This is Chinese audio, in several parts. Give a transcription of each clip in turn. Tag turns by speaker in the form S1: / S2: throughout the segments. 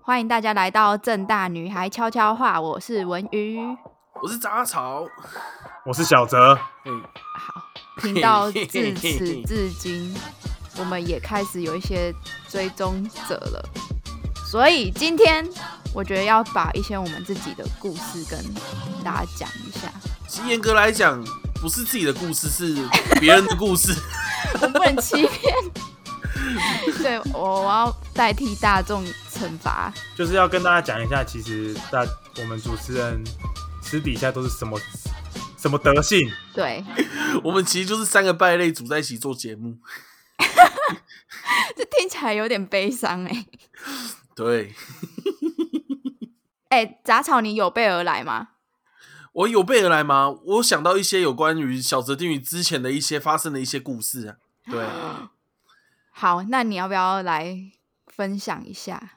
S1: 欢迎大家来到正大女孩悄悄话，我是文瑜。
S2: 我是杂草，
S3: 我是小泽，
S1: 好，频道自此至今，我们也开始有一些追踪者了，所以今天我觉得要把一些我们自己的故事跟大家讲一下。
S2: 其实严格来讲，不是自己的故事，是别人的故事。
S1: 我不能欺骗。对我，我要代替大众惩罚。
S3: 就是要跟大家讲一下，其实大我们主持人私底下都是什么什么德性，
S1: 对，
S2: 我们其实就是三个败类组在一起做节目。
S1: 这听起来有点悲伤哎、
S2: 对
S1: 哎、杂草，你有备而来吗？
S2: 我有备而来吗？我想到一些有关于小泽定宇之前的一些发生的一些故事啊。对，
S1: 好，那你要不要来分享一下？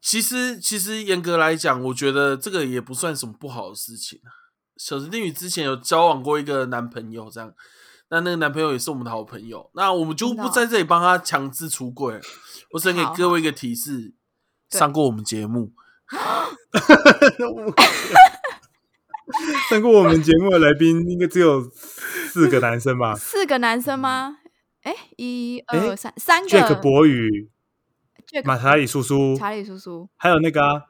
S2: 其实其实严格来讲，我觉得这个也不算什么不好的事情啊。小泽定宇之前有交往过一个男朋友，这样，那那个男朋友也是我们的好朋友，那我们就
S1: 真的
S2: 不
S1: 哦
S2: 在这里帮他强制出柜了，我只能
S1: 好
S2: 给各位一个提示，
S1: 对
S2: 上过我们节目。
S3: 上过我们节目的来宾应该只有四个男生吧
S1: 四个男生吗？哎、一
S3: 哎
S1: 二三，三个。
S3: ，Jack 博宇、
S1: Jack-
S3: 马查理叔叔，
S1: 查理叔叔。
S3: 还有那个啊，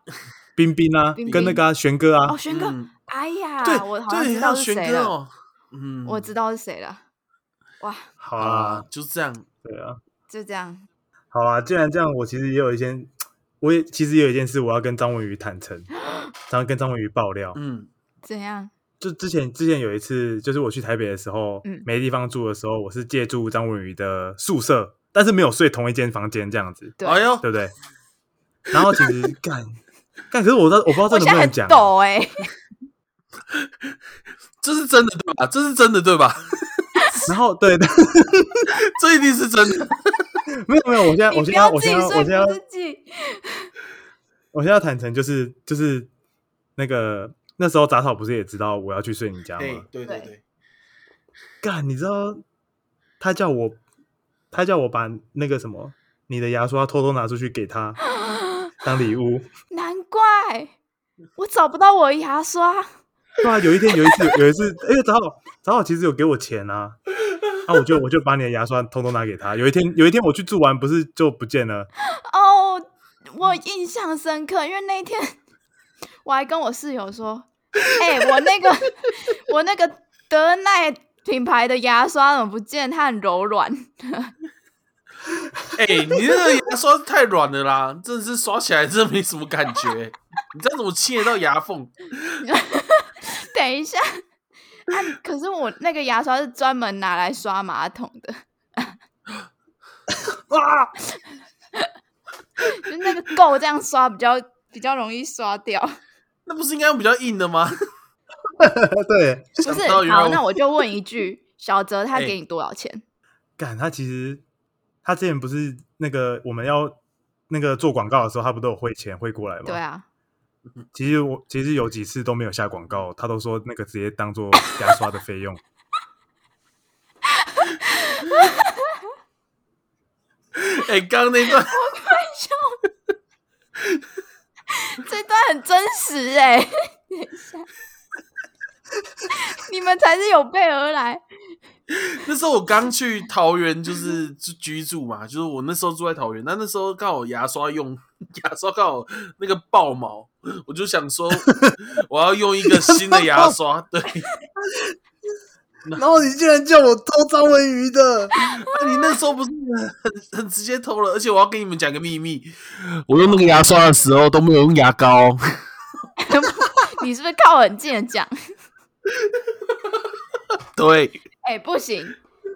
S3: 冰冰啊
S1: 冰，冰
S3: 跟那个啊玄哥啊
S1: 哦，，轩哥，
S2: 嗯
S1: 哎呀，
S2: 对，
S1: 我好像知
S2: 对，还有
S1: 道是
S2: 玄
S1: 谁
S2: 哥
S1: 了，
S2: 哦，嗯，
S1: 我知道是谁了。哇，
S3: 好
S2: 啊
S3: 啊，，
S2: 就是这样，
S3: 对啊，
S1: 就这样。
S3: 好啊，既然这样，我其实也有一件，我也其实也有一件事，我要跟张文宇 坦诚，然后跟张文宇爆料，
S2: 嗯
S1: 怎样？
S3: 就之前之前有一次，就是我去台北的时候，
S1: 嗯
S3: 没地方住的时候，我是借住张文宇的宿舍，但是没有睡同一间房间这样子，
S1: 对
S2: 哎呦，
S3: 对不对？然后 其实干干，可是我知道我不知道这
S1: 我
S3: 能
S1: 现
S3: 不
S1: 在
S3: 能
S1: 很
S3: 讲啊，
S1: 抖哎、
S2: 这是真的对吧？这是真的对吧？
S3: 然后对，对
S2: 这一定是真的。
S3: 没有没有，我现在
S1: 你
S3: 我
S1: 不
S3: 现在要
S1: 要
S3: 我
S1: 自己
S3: 现在要我现在
S1: 说
S3: 要
S1: 服自己。
S3: 我现在要坦诚，就是就是那个那时候杂草不是也知道我要去睡你家吗？
S2: 对
S1: 对
S2: 对，
S3: 干，你知道他叫我他叫我把那个什么你的牙刷偷偷拿出去 给他当礼物。
S1: 难怪我找不到我的牙刷。
S3: 对啊，有一天有一次有一次，哎、早好早好其实有给我钱啊，啊，我就我就把你的牙刷通通拿给他。有一天有一天我去住完，不是就不见了？
S1: 哦，
S2: 嗯
S1: 我印象深刻，因为那一天我还跟我室友说：“哎、我那个我那个德奈品牌的牙刷怎么不见？它很柔软。
S2: 哎、你那个牙刷太软了啦，真的是刷起来真的没什么感觉、你这样怎么亲得到牙缝？”
S1: 等一下，啊，可是我那个牙刷是专门拿来刷马桶的，
S3: 啊，
S1: 就那个够这样刷比较比较容易刷掉。
S2: 那不是应该用比较硬的吗？
S3: 对，
S1: 不
S2: 想
S1: 是，
S2: 不到原来
S1: 好，
S2: 我
S1: 那我就问一句，小泽他
S2: 哎
S1: 给你多少钱？
S3: 干他其实他之前不是那个我们要那个做广告的时候，他不都有汇钱汇过来吗？
S1: 对。啊，
S3: 其实我其实有几次都没有下广告，他都说那个直接当做牙刷的费用。
S2: 哎、刚刚那段
S1: 这段很真实哎、 等一下，你们才是有备而来。
S2: 那时候我刚去桃园，就是住居住嘛，就是我那时候住在桃园，那那时候刚好牙刷用 牙刷刚好那个爆毛，我就想说 我要用一个新的牙刷，对，
S3: 然后你竟然叫我偷张文鱼的，
S2: 那你那时候不是很很直接偷了？而且我要跟你们讲个秘密，我用那个牙刷的时候都没有用牙膏，
S1: 你是不是靠很近的讲？
S2: 对，
S1: 哎、不行，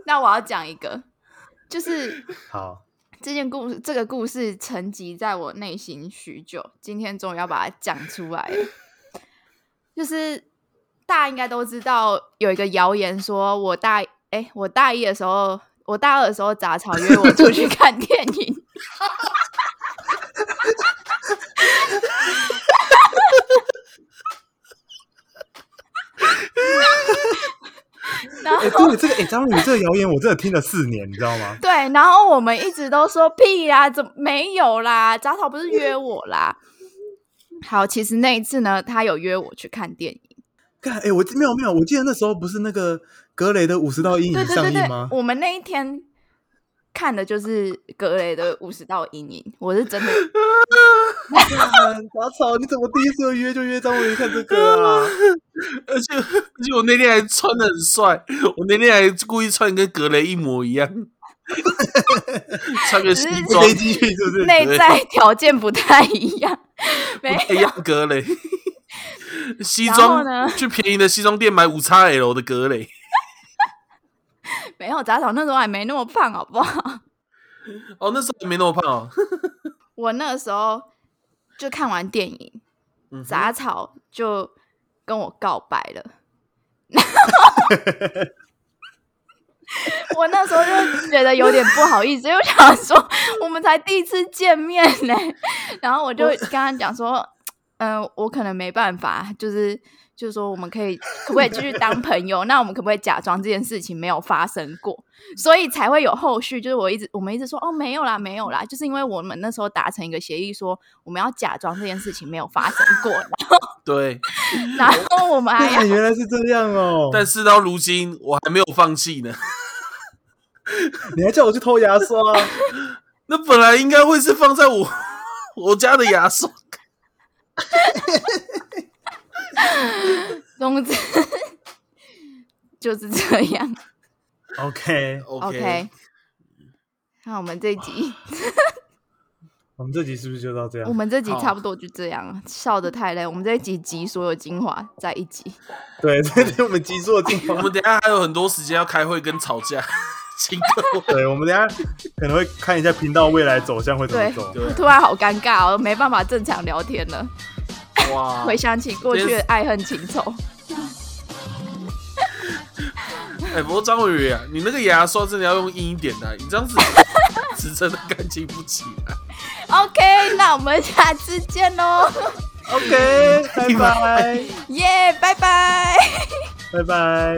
S1: 那我要讲一个，就是
S3: 好，
S1: 这件故事，这个故事沉积在我内心许久，今天终于要把它讲出来了。 就是大家应该都知道有一个谣言，说我大哎、我大一的时候，我大二的时候，杂草约我出去看电影。 然后
S3: 哎对，这个哎张宇这个谣言我真的听了四年，你知道吗？
S1: 对，然后我们一直都说屁啦，怎么没有啦？杂草不是约我啦。好，其实那一次呢，他有约我去看电影。
S3: 看哎，我没有没有，我记得那时候不是那个格雷的五十道阴
S1: 对
S3: 影
S1: 对
S3: 上
S1: 对
S3: 映
S1: 对
S3: 吗，？
S1: 我们那一天看的就是格雷的五十道阴影，我是 真的，
S3: 杂草，你怎么第一次约就约张伟看这个啊？
S2: 而且而且我那天还穿的很帅，我那天还故意穿跟格雷一模一样，穿个西装，
S3: 飞机去 是不是？
S1: 内在条件不太一 样，没
S2: 哎呀 格雷，西
S1: 然后
S2: 装
S1: 呢
S2: 去便宜的西装店买五 x L 的格雷，
S1: 没有杂草那时候还没那么胖，好不好？
S2: 哦那时候还没那么胖 哦，
S1: 我那时候就看完电影，
S2: 嗯哼
S1: 杂草就跟我告白了。 我那时候就觉得有点不好意思，因为我想说我们才第一次见面呢、然后我就跟他讲说，嗯、我可能没办法，就是就是说我们可以可不可以继续当朋友？那我们可不可以假装这件事情没有发生过？所以才会有后续，就是我一直我们一直说哦没有啦没有啦，就是因为我们那时候达成一个协议说我们要假装这件事情没有发生过，
S2: 对，
S1: 然后我们还要
S3: 对，啊原来是这样哦。
S2: 但事到如今我还没有放弃呢，
S3: 你还叫我去偷牙刷，啊
S2: 那本来应该会是放在我我家的牙刷。
S1: 总之 就是这样。
S3: ？OK，
S1: OK，那我们这一集，
S3: 我们这集是不是就到这
S1: 我
S3: 样？
S1: 们这集
S2: 好
S1: 差不多就这样了，笑得太累。我们这一集集所有精华在一集。
S3: 对， 这是我们集数的精
S2: 我
S3: 华。
S2: 们等一下还有很多时间要开会跟吵架，请 各位
S3: 对，我们等一下可能会看一下频道未来走向会怎么
S1: 对
S3: 走。
S2: 对
S1: 突然好尴尬哦，没办法正常聊天了。
S2: 哇，
S1: 回想起过去的爱恨情仇，
S2: 哎、不过张伟宇啊，你那个牙刷真的要用硬一点的啊、你这样子 指真的感情不起啊来。
S1: OK，那我们下次见哦喽，
S3: OK，拜拜，
S1: 耶、拜拜。
S3: 拜拜。